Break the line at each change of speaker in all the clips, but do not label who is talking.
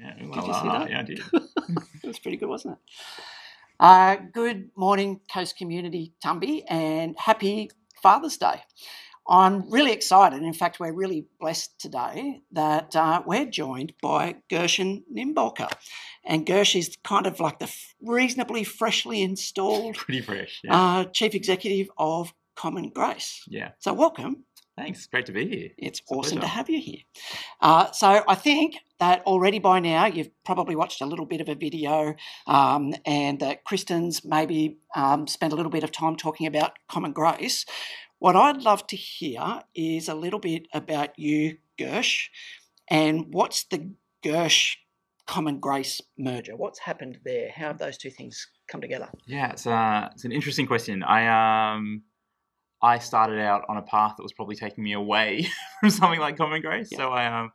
Yeah,
Did
la,
you
la,
see
la.
that?
Yeah, I did.
It was pretty good, wasn't it? Uh, good morning, Coast Community Tumby, and happy Father's Day. I'm really excited. In fact, we're really blessed today that uh, we're joined by Gershon Nimbolker. And Gersh is kind of like the f- reasonably freshly installed
Pretty fresh. Yeah.
uh, Chief Executive of Common Grace.
yeah.
So, welcome.
Thanks. Great to be here.
It's
a
awesome to
pleasure.
have you here. Uh, so I think that already by now you've probably watched a little bit of a video, um, and that Kristen's maybe um, spent a little bit of time talking about common grace. What I'd love to hear is a little bit about you, Gersh, and what's the Gersh common grace merger? What's happened there? How have those two things come together?
Yeah, it's, uh, it's an interesting question. I um, I started out on a path that was probably taking me away from something like Common Grace.
Yeah.
So I um,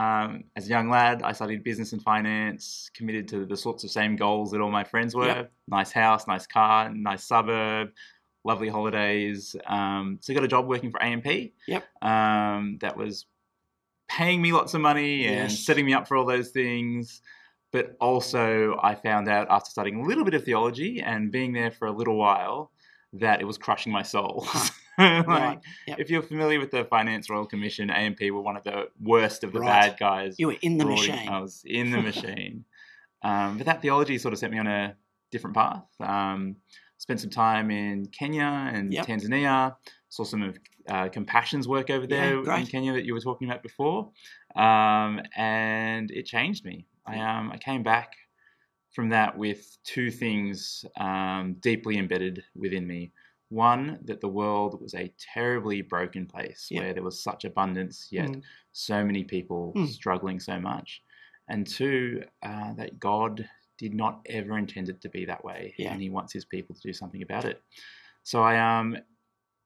um, as a young lad, I studied business and finance, committed to the sorts of same goals that all my friends were:
Yep.
nice house, nice car, nice suburb, lovely holidays. Um, so I got a job working for AMP.
Yep.
Um, that was paying me lots of money and
Yes.
setting me up for all those things. But also, I found out after studying a little bit of theology and being there for a little while that it was crushing my soul.
Huh.
Like,
Right. Yep.
If you're familiar with the Finance Royal Commission, AMP were one of the worst of the
Right.
bad guys.
You were in the
brought in-
machine.
I was in the machine. um, but that theology sort of set me on a different path. Um, spent some time in Kenya and
Yep.
Tanzania. Saw some of uh, Compassion's work over
Yeah,
there in
great.
Kenya that you were talking about before, um, and it changed me. I um, I came back from that with two things um, deeply embedded within me. One, that the world was a terribly broken place
Yeah.
where there was such abundance, yet
Mm.
so many people
Mm.
struggling so much. And two, uh, that God did not ever intend it to be that way,
Yeah.
and He wants His people to do something about it. So I um,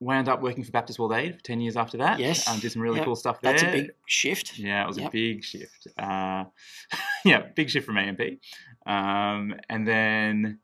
wound up working for Baptist World Aid for 10 years after that.
Yes.
Um, did some really
Yep.
cool stuff there.
That's a big shift.
Yeah, it was a
Yep.
big shift. Uh, yeah, big shift from AMP. Um, and then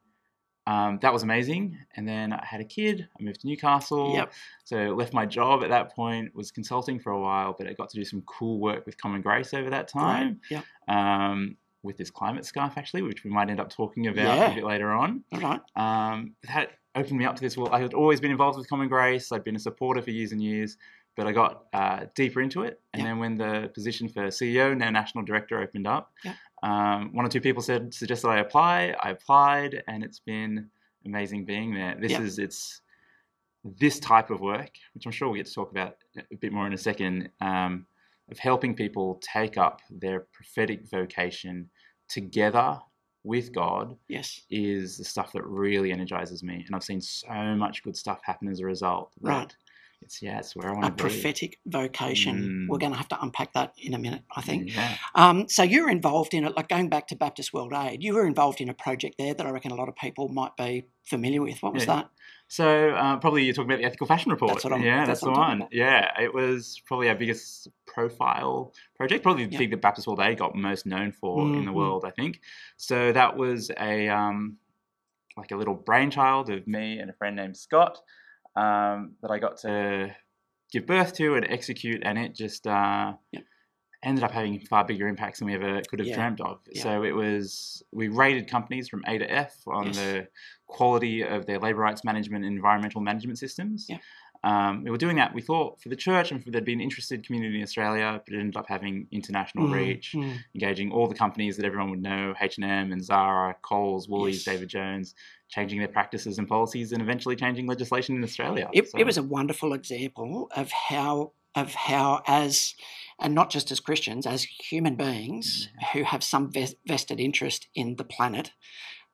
um, that was amazing. And then I had a kid. I moved to Newcastle.
Yep.
So left my job at that point, was consulting for a while, but I got to do some cool work with Common Grace over that
Great.
time
Yep.
um, with this climate scarf, actually, which we might end up talking about
Yeah.
a bit later on
All right.
um, that opened me up to this world. I had always been involved with Common Grace. I'd been a supporter for years and years, but I got uh, deeper into it. And
Yeah.
then when the position for CEO, now national director, opened up,
Yeah.
um, one or two people said suggested I apply. I applied, and it's been amazing being there. This
Yeah.
is it's this type of work, which I'm sure we'll get to talk about a bit more in a second, um, of helping people take up their prophetic vocation together with God
Yes.
is the stuff that really energizes me, and I've seen so much good stuff happen as a result. that
Right.
It's yeah, it's where I
a
want to be.
prophetic vocation.
Mm.
We're going to have to unpack that in a minute, I think.
Yeah.
Um, so you're involved in it, like going back to Baptist World Aid, you were involved in a project there that I reckon a lot of people might be familiar with. What was
Yeah.
that?
So uh, probably you're talking about the ethical fashion report.
That's what I'm-
yeah,
that's
that's, the
what I'm talking
one. Yeah, it was probably our biggest profile project, probably the
Yeah.
thing that Baptist World Aid got most known for in the
Mhm.
world, I think. So that was a um, like a little brainchild of me and a friend named Scott um, that I got to give birth to and execute, and it just uh,
Yeah.
ended up having far bigger impacts than we ever could have
Yeah.
dreamt of.
Yeah.
So it was we rated companies from A to F on
Yes.
the quality of their labour rights management and environmental management systems.
Yeah.
Um, we were doing that. We thought for the church and for there'd be an interested community in Australia, but it ended up having international
Mm,
reach
mm,
engaging all the companies that everyone would know h&m and zara coles woolies
Yes.
david jones changing their practices and policies and eventually changing legislation in australia
It,
So-
it was a wonderful example of how of how as and not just as Christians, as human beings
Mm.
who have some ves- vested interest in the planet,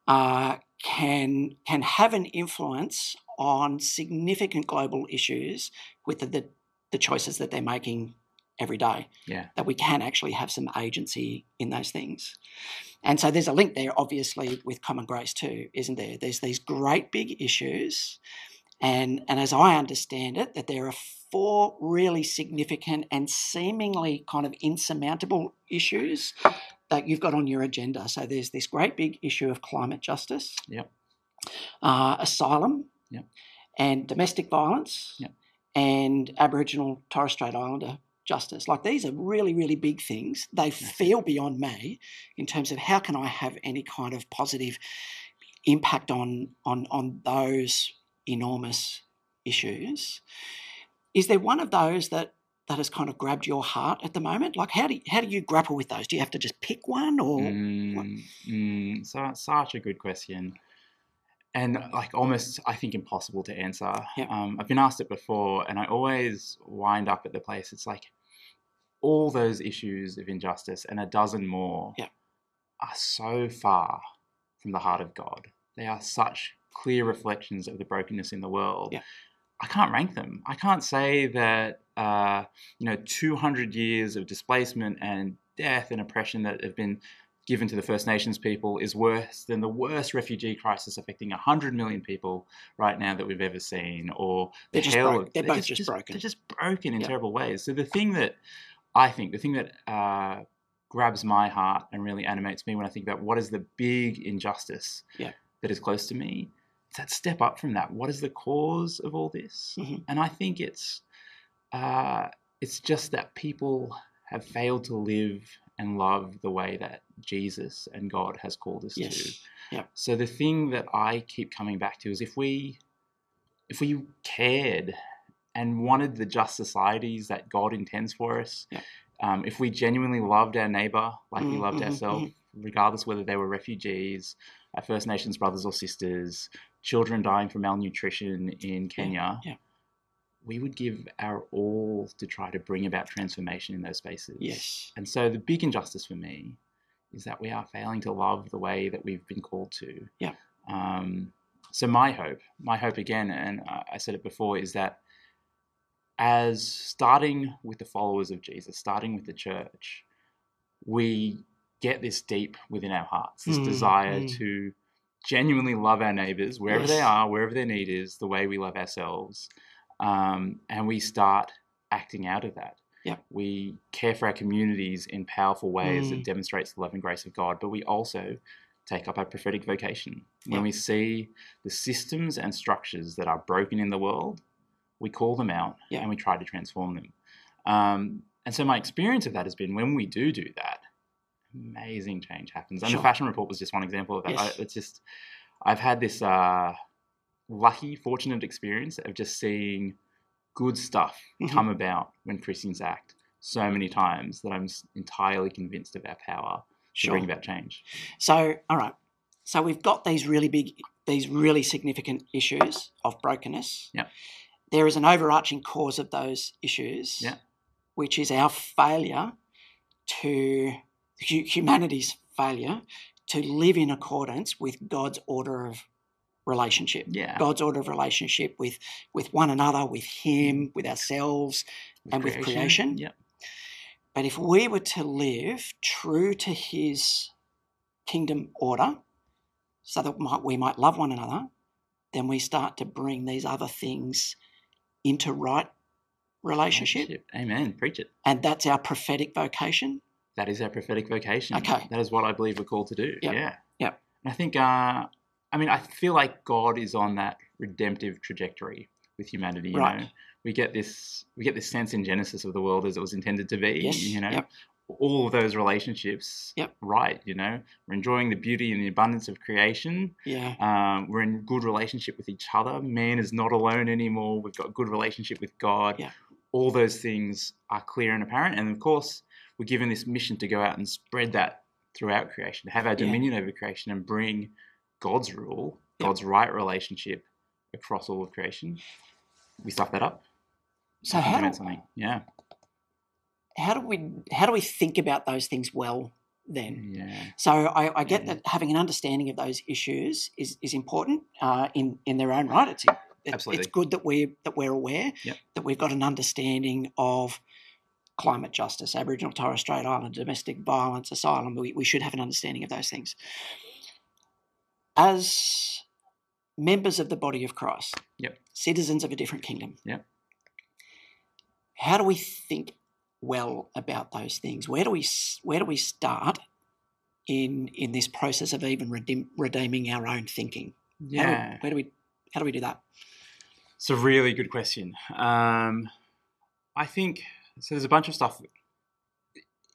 uh, can can have an influence on significant global issues with the, the, the choices that they're making every day.
Yeah.
That we can actually have some agency in those things. And so there's a link there, obviously, with common grace too, isn't there? There's these great big issues, and and as I understand it, that there are four really significant and seemingly kind of insurmountable issues that you've got on your agenda. So there's this great big issue of climate justice,
Yep.
uh, asylum,
Yep.
and domestic violence,
Yep.
and Aboriginal Torres Strait Islander justice. Like these are really, really big things. They feel beyond me in terms of how can I have any kind of positive impact on on on those enormous issues. Is there one of those that that has kind of grabbed your heart at the moment? Like how do you, how do you grapple with those? Do you have to just pick one or
Mm, mm, so that's such a good question, and like almost I think impossible to answer.
Yeah.
Um, I've been asked it before, and I always wind up at the place. It's like all those issues of injustice and a dozen more
Yeah.
are so far from the heart of God. They are such clear reflections of the brokenness in the world.
Yeah.
I can't rank them. I can't say that uh, you know 200 years of displacement and death and oppression that have been given to the First Nations people is worse than the worst refugee crisis affecting 100 million people right now that we've ever seen, or
They're
the
just
hell-
broke- they're both just broken.
They're just broken in
Yeah.
terrible ways. So the thing that I think, the thing that uh, grabs my heart and really animates me when I think about what is the big injustice
Yeah.
that is close to me, it's that step up from that. What is the cause of all this?
Mhm.
And I think it's uh, it's just that people have failed to live and love the way that Jesus and God has called us to.
yes.
So the thing that I keep coming back to is if we if we cared and wanted the just societies that God intends for us,
Yeah.
um, if we genuinely loved our neighbor like we
Mm,
loved
mhm,
ourselves, regardless whether they were refugees, our First Nations brothers or sisters, children dying from malnutrition in Kenya,
yeah.
we would give our all to try to bring about transformation in those spaces.
Yes.
And so the big injustice for me is that we are failing to love the way that we've been called to.
Yeah.
Um, so my hope, my hope again, and I I said it before, is that as starting with the followers of Jesus, starting with the church, we get this deep within our hearts, this
Mm,
desire
mm.
to genuinely love our neighbors wherever they
Yes.
are, wherever their need is, the way we love ourselves, um, and we start acting out of that we care for our communities in powerful ways that
Mm.
demonstrates the love and grace of God, but we also take up our prophetic vocation. When
Yeah.
we see the systems and structures that are broken in the world, we call them out
Yeah.
and we try to transform them. Um, and so my experience of that has been when we do do that, amazing change happens. And
Sure.
the fashion report was just one example of that.
Yes.
I, it's just I've had this uh, lucky, fortunate experience of just seeing good stuff
Mhm.
come about when Christians act so many times that I'm s- entirely convinced of our power to
Sure.
bring about change.
So, all right. So we've got these really big, these really significant issues of brokenness.
Yep.
There is an overarching cause of those issues,
Yeah.
which is our failure to hu- humanity's failure to live in accordance with God's order of relationship.
Yeah,
God's order of relationship with with one another, with Him, with ourselves. and with creation.
Yeah,
But if we were to live true to his kingdom order, so that might, we might love one another, then we start to bring these other things into right relationship.
Amen. Preach it.
And that's our prophetic vocation.
That is our prophetic vocation.
Okay.
That is what I believe we're called to do.
Yep.
Yeah.
Yep.
And I think, uh, I mean, I feel like God is on that redemptive trajectory with humanity. You
Right.
know, we get this, we get this sense in Genesis of the world as it was intended to be.
Yes.
You know,
Yep.
all of those relationships.
Yep.
Right. You know, we're enjoying the beauty and the abundance of creation.
Yeah.
Um, we're in good relationship with each other. Man is not alone anymore. We've got good relationship with God.
Yeah.
All those things are clear and apparent. And of course, we're given this mission to go out and spread that throughout creation, to have our
Yeah.
dominion over creation and bring God's rule,
Yeah.
God's right relationship across all of creation. We stuff that up.
So
we
how
implement
do,
something. Yeah.
how do we how do we think about those things well then?
Yeah.
So I, I get
Mhm.
that having an understanding of those issues is, is important uh, in in their own right. It's, it's
Absolutely.
it's good that we that we're aware
Yep.
that we've got an understanding of climate justice, Aboriginal Torres Strait Islander domestic violence, asylum. We, we should have an understanding of those things. As members of the body of Christ,
Yep.
citizens of a different kingdom,
Yep.
how do we think well about those things? Where do we s- where do we start in in this process of even redeem, redeeming our own thinking? How do we-
Yeah.
where do we how do we do that?
It's a really good question. Um, I think So there's a bunch of stuff.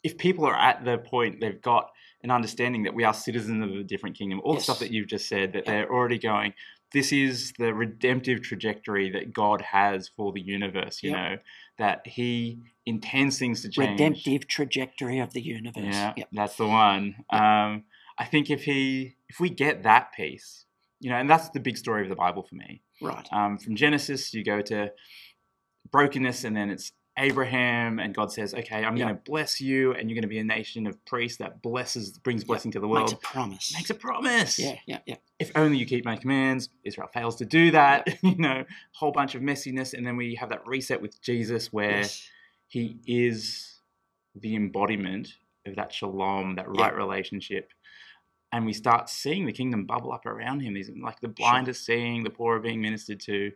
If people are at the point they've got an understanding that we are citizens of a different kingdom, all the
Yes.
stuff that you've just said, that
Yeah.
they're already going, this is the redemptive trajectory that God has for the universe, you
Yep.
know, that He intends things to change.
Redemptive trajectory of the universe.
Yeah,
Yep.
that's the one. Um, I think if he, if we get that piece, you know, and that's the big story of the Bible for me.
Right.
Um, from Genesis, you go to brokenness, and then it's Abraham, and God says, "Okay, I'm
Yeah.
going to bless you, and you're going to be a nation of priests that blesses, brings
Yeah,
blessing to the world."
Makes a promise.
Makes a promise.
yeah, yeah, yeah.
If only you keep my commands. Israel fails to do that. You know, whole bunch of messiness, and then we have that reset with Jesus, where
Yes.
he is the embodiment of that shalom, that right relationship. And we start seeing the kingdom bubble up around him. He's like the blind are seeing, the poor are being ministered to,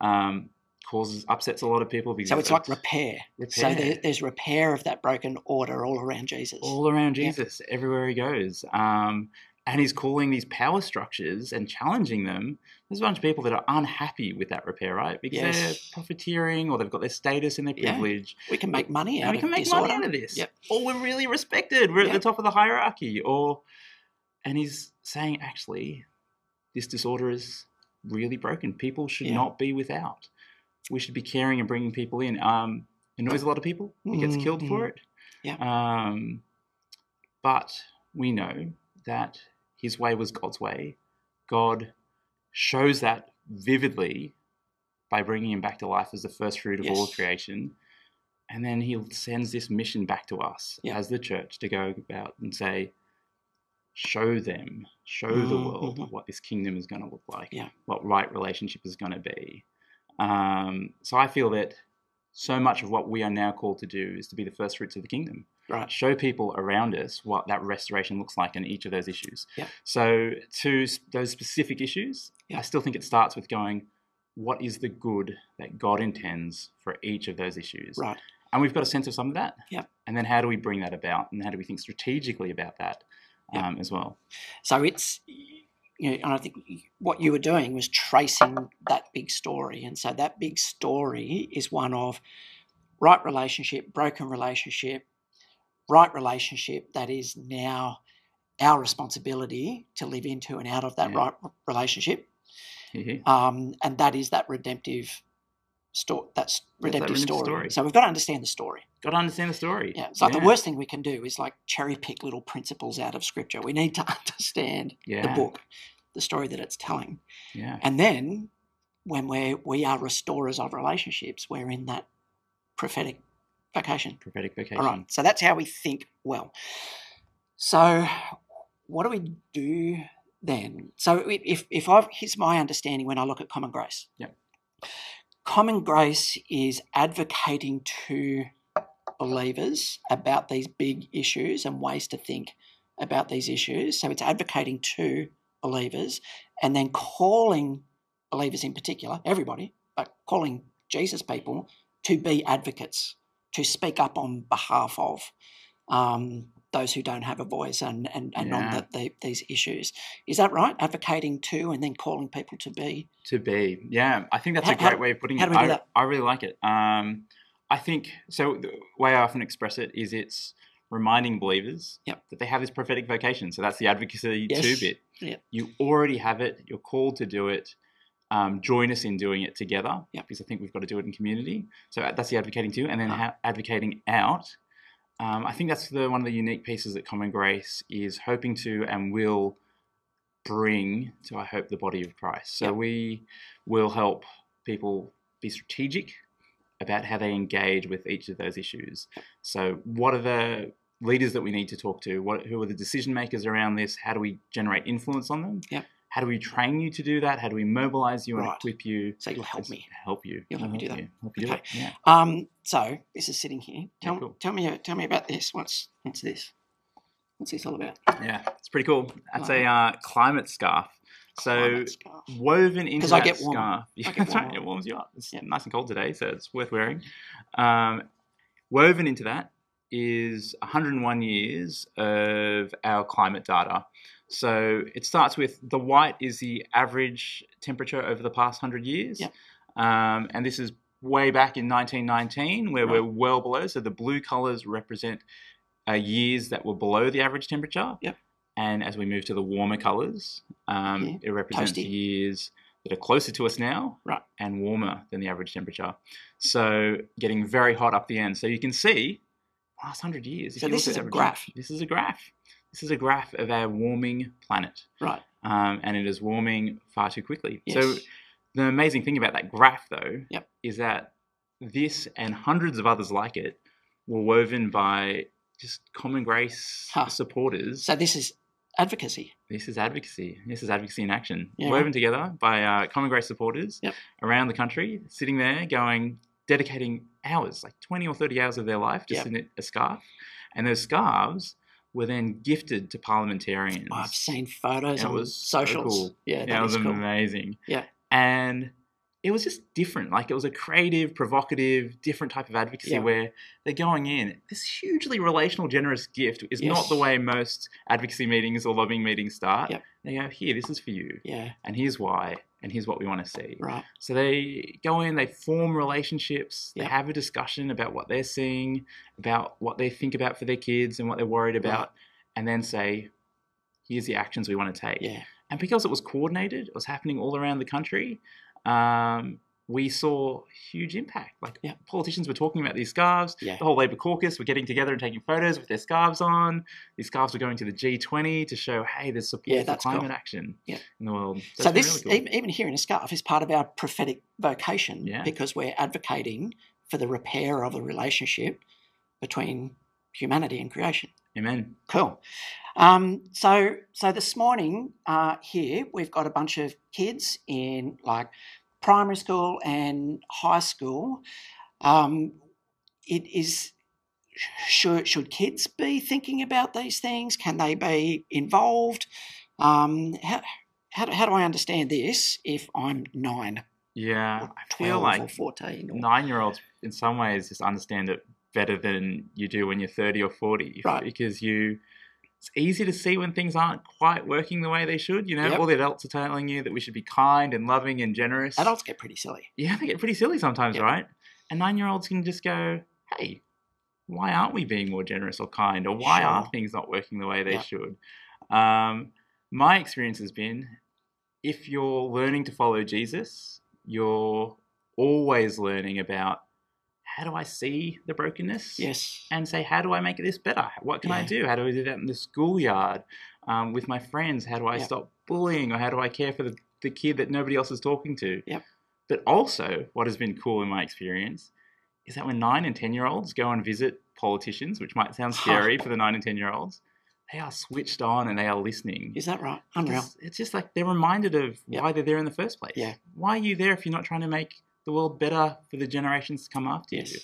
um, causes upsets a lot of people. Because
So it's like
that's
repair. So
repair.
there, there's repair of that broken order all around Jesus.
all around
Yeah.
Jesus, everywhere he goes. Um, and he's calling these power structures and challenging them. There's a bunch of people that are unhappy with that repair, right? Because they're
Yes.
profiteering or they've got their status and their
Yeah.
privilege.
we can make money out
and we
of
can make
disorder.
money out of this.
Yep.
Or we're really respected. We're at the
Yep.
top of the hierarchy. Or and he's saying, actually, this disorder is really broken. People should
Yeah.
not be without. We should be caring and bringing people in. Um, annoys a lot of people. He gets
Mm,
killed for
mm.
it.
Yeah.
Um, but we know that his way was God's way. God shows that vividly by bringing him back to life as the first fruit of all
Yes.
creation. And then he sends this mission back to us
Yeah.
as the church to go about and say, show them, show the
Mm,
world
mhm.
what this kingdom is going to look like,
Yeah.
what right relationship is going to be. Um, so I feel that so much of what we are now called to do is to be the first fruits of the kingdom
Right.
show people around us what that restoration looks like in each of those issues.
Yeah.
So to s- those specific issues,
Yeah.
I still think it starts with going, what is the good that God intends for each of those issues?
Right.
And we've got a sense of some of that.
Yeah.
And then how do we bring that about? And how do we think strategically about that
Yeah.
um, as well?
So it's, you know, and I think what you were doing was tracing that big story. And so that big story is one of right relationship, broken relationship, right relationship that is now our responsibility to live into and out of that
Yeah.
right relationship.
Mhm.
Um, and that is that redemptive. Sto- that's
That's that
redemptive,
redemptive
story.
story.
So we've got to understand the story.
Got to understand the story.
Yeah, it's like
Yeah.
the worst thing we can do is like cherry pick little principles out of scripture. We need to understand
Yeah.
the book, the story that it's telling.
Yeah.
And then when we're, we are restorers of relationships, we're in that prophetic vocation.
Prophetic vocation.
All right. So that's how we think well. So what do we do then? So i- if, if I've, here's my understanding when I look at common grace.
Yep.
Common grace is advocating to believers about these big issues and ways to think about these issues. So it's advocating to believers and then calling believers in particular, everybody, but calling Jesus people to be advocates, to speak up on behalf of um, those who don't have a voice and, and, and on
Yeah.
the, the, these issues. Is that right? Advocating to and then calling people to be.
To be, yeah, I think that's
How-
a great
how-
way of putting
how
it.
do we do
I,
that?
I really like it. Um, I think so. The way I often express it is it's reminding believers
Yep.
that they have this prophetic vocation. So that's the advocacy
Yes.
two bit.
Yep.
You already have it. You're called to do it. Um, join us in doing it together
Yep.
because I think we've got to do it in community. So uh, that's the advocating to, and then
Ah.
ha- advocating out. Um, I think that's the one of the unique pieces that Common Grace is hoping to and will bring to, I hope, the body of Christ. So
Yeah.
we will help people be strategic about how they engage with each of those issues. So, what are the leaders that we need to talk to? What, who are the decision makers around this? How do we generate influence on them?
Yeah.
How do we train you to do that? How do we mobilize you and
Right.
equip you?
So you'll help
Just
me.
Help you.
You'll help me do that.
You. Help you do
Okay.
it. Yeah.
Um, so this is sitting here.
Yeah,
Tell,
cool.
tell me, tell me about this. What's what's this? What's this all about?
yeah. It's pretty cool. That's a
Climate.
uh, climate scarf. So,
Climate scarf.
woven into
'Cause
that
I get warm.
scarf. Yeah,
get
that's right.
warm.
It warms you up. It's
Yeah.
nice and cold today, so it's worth wearing. Um, woven into that is 101 years of our climate data. So it starts with the white is the average temperature over the past 100 years.
Yeah.
Um, and this is way back in 1919, where we're well below. So the blue colours represent uh, years that were below the average temperature.
Yep.
And as we move to the warmer colours, um,
Yeah.
it represents
Toasty.
years that are closer to us now
Right.
and warmer than the average temperature. So getting very hot up the end. So you can see last 100 years. if
So
you
this
look at
is a
average-
graph.
This is a graph. This is a graph of our warming planet.
Right.
Um, and it is warming far too quickly.
Yes.
So the amazing thing about that graph, though,
Yep.
is that this and hundreds of others like it were woven by just common grace
Huh.
supporters.
so this is advocacy.
this is advocacy. This is advocacy in action.
Yeah.
Woven together by uh, common grace supporters
Yep.
around the country, sitting there going, dedicating hours, like 20 or 30 hours of their life, just
Yep.
in knit a scarf. And those scarves were then gifted to parliamentarians.
Oh, I've seen photos
It
on
was so
socials.
cool.
Yeah,
That
that
was
is cool.
amazing.
Yeah.
And it was just different. Like it was a creative, provocative, different type of advocacy
Yeah.
where they're going in. This hugely relational, generous gift is not the
Yes.
way most advocacy meetings or lobbying meetings start.
Yep.
They go, here, this is for you.
Yeah,
And here's why. And here's what we want to see.
right.
So they go in, they form relationships, they
Yep.
have a discussion about what they're seeing, about what they think about for their kids and what they're worried about, and then say, here's the actions we want to take.
Yeah,
And because it was coordinated, it was happening all around the country, um, we saw huge impact. Like
Yeah.
politicians were talking about these scarves.
yeah.
The whole Labour caucus were getting together and taking photos with their scarves on. These scarves were going to the G20 to show, hey, there's support
Yeah,
for
that's cool.
climate action
Yeah.
in the world. it's
so
been
this,
really cool.
even, even here in a scarf, is part of our prophetic vocation
Yeah.
because we're advocating for the repair of the relationship between humanity and creation.
Amen.
Cool. Um, so, so this morning uh, here we've got a bunch of kids in like primary school and high school. Um, it is should should kids be thinking about these things? Can they be involved? Um, how, how, do- how do I understand this if I'm nine
Yeah,
or
I feel
twelve or
like
fourteen? Or,
nine-year-olds, in some ways, just understand it better than you do when you're 30 or 40,
Right.
because you. It's easy to see when things aren't quite working the way they should. You know,
Yep.
all the adults are telling you that we should be kind and loving and generous.
Adults get pretty silly.
yeah, they get pretty silly sometimes,
Yep.
right? And nine-year-olds can just go, "Hey, why aren't we being more generous or kind, or why are
Sure.
things not working the way they
Yep.
should?" Um, my experience has been if you're learning to follow Jesus, you're always learning about how do I see the brokenness?
Yes.
And say, how do I make this better? What can I
Yeah.
do? How do I do that in the schoolyard um, with my friends? How do I
Yeah.
stop bullying? Or how do I care for the, the kid that nobody else is talking to?
Yep.
But also, what has been cool in my experience is that when nine and 10 year olds go and visit politicians, which might sound
Huh.
scary for the nine and 10 year olds, they are switched on and they are listening.
Is that right? Unreal.
It's, it's just like they're reminded of
Yeah.
why they're there in the first place.
Yeah.
Why are you there if you're not trying to make the world better for the generations to come after
Yes.
you?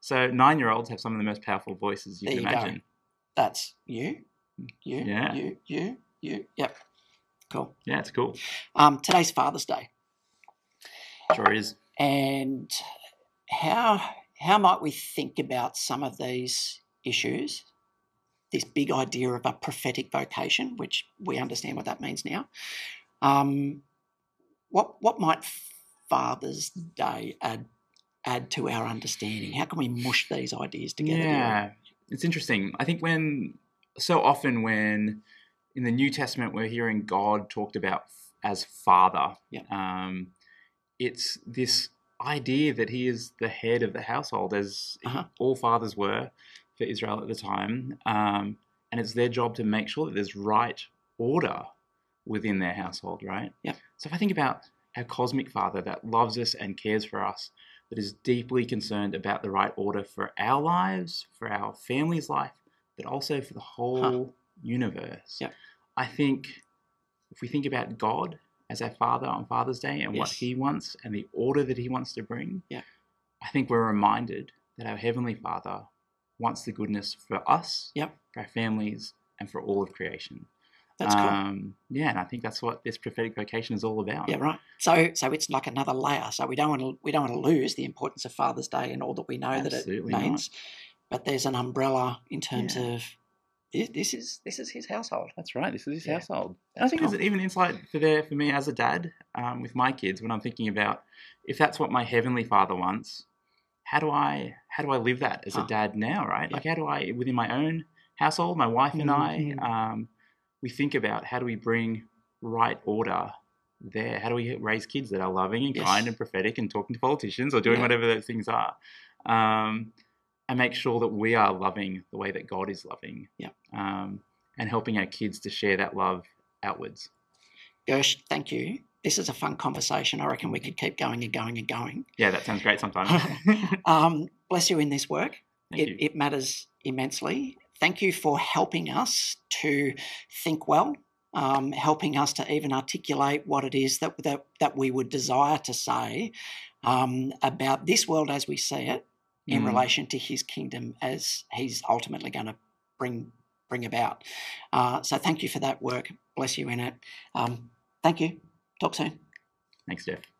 So nine year olds have some of the most powerful voices you
There
can
you go.
imagine.
That's you, you,
Yeah.
you, you, you. Yep. Cool.
Yeah, it's cool.
Um, today's Father's Day,
Sure is.
and how how might we think about some of these issues? This big idea of a prophetic vocation, which we understand what that means now. Um, what what might Father's Day add add to our understanding? How can we mush these ideas together? do you reckon?
Yeah, it's interesting. I think when so often when in the New Testament we're hearing God talked about f- as Father,
Yeah.
um, it's this idea that He is the head of the household, as
Uh-huh.
all fathers were for Israel at the time, um, and it's their job to make sure that there's right order within their household, right?
Yeah.
So if I think about our cosmic Father that loves us and cares for us that is deeply concerned about the right order for our lives, for our family's life, but also for the whole universe.
Yep.
I think if we think about God as our Father on Father's Day and what
Yes.
He wants and the order that He wants to bring,
Yeah.
I think we're reminded that our Heavenly Father wants the goodness for us,
Yep.
for our families, and for all of creation.
That's cool.
Um, yeah, and I think that's what this prophetic vocation is all about.
Yeah, right. So so it's like another layer. So we don't want to we don't want to lose the importance of Father's Day and all that we know that it
Absolutely not.
means. But there's an umbrella in terms
Yeah.
of i- this is this is his household. Oh,
That's right. This is his
Yeah.
household. And I think there's even insight for there for me as a dad um, with my kids when I'm thinking about if that's what my heavenly father wants. How do I how do I live that as a
Ah.
dad now? Right?
Yeah.
Like how do I within my own household, my wife and
Mhm.
I, um, we think about how do we bring right order there? How do we raise kids that are loving and
Yes.
kind and prophetic and talking to politicians or doing
Yeah.
whatever those things are? Um, and make sure that we are loving the way that God is loving.
Yeah.
Um, and helping our kids to share that love outwards.
Gersh, thank you. This is a fun conversation. I reckon we could keep going and going and going.
Yeah, that sounds great sometimes.
Um, bless you in this work.
Thank
It,
you.
it matters immensely. Thank you for helping us to think well, um, helping us to even articulate what it is that, that, that we would desire to say um, about this world as we see it in
Mm.
relation to his kingdom as he's ultimately going to bring bring about. Uh, so thank you for that work. Bless you in it. Um, thank you. Talk soon.
Thanks, Jeff.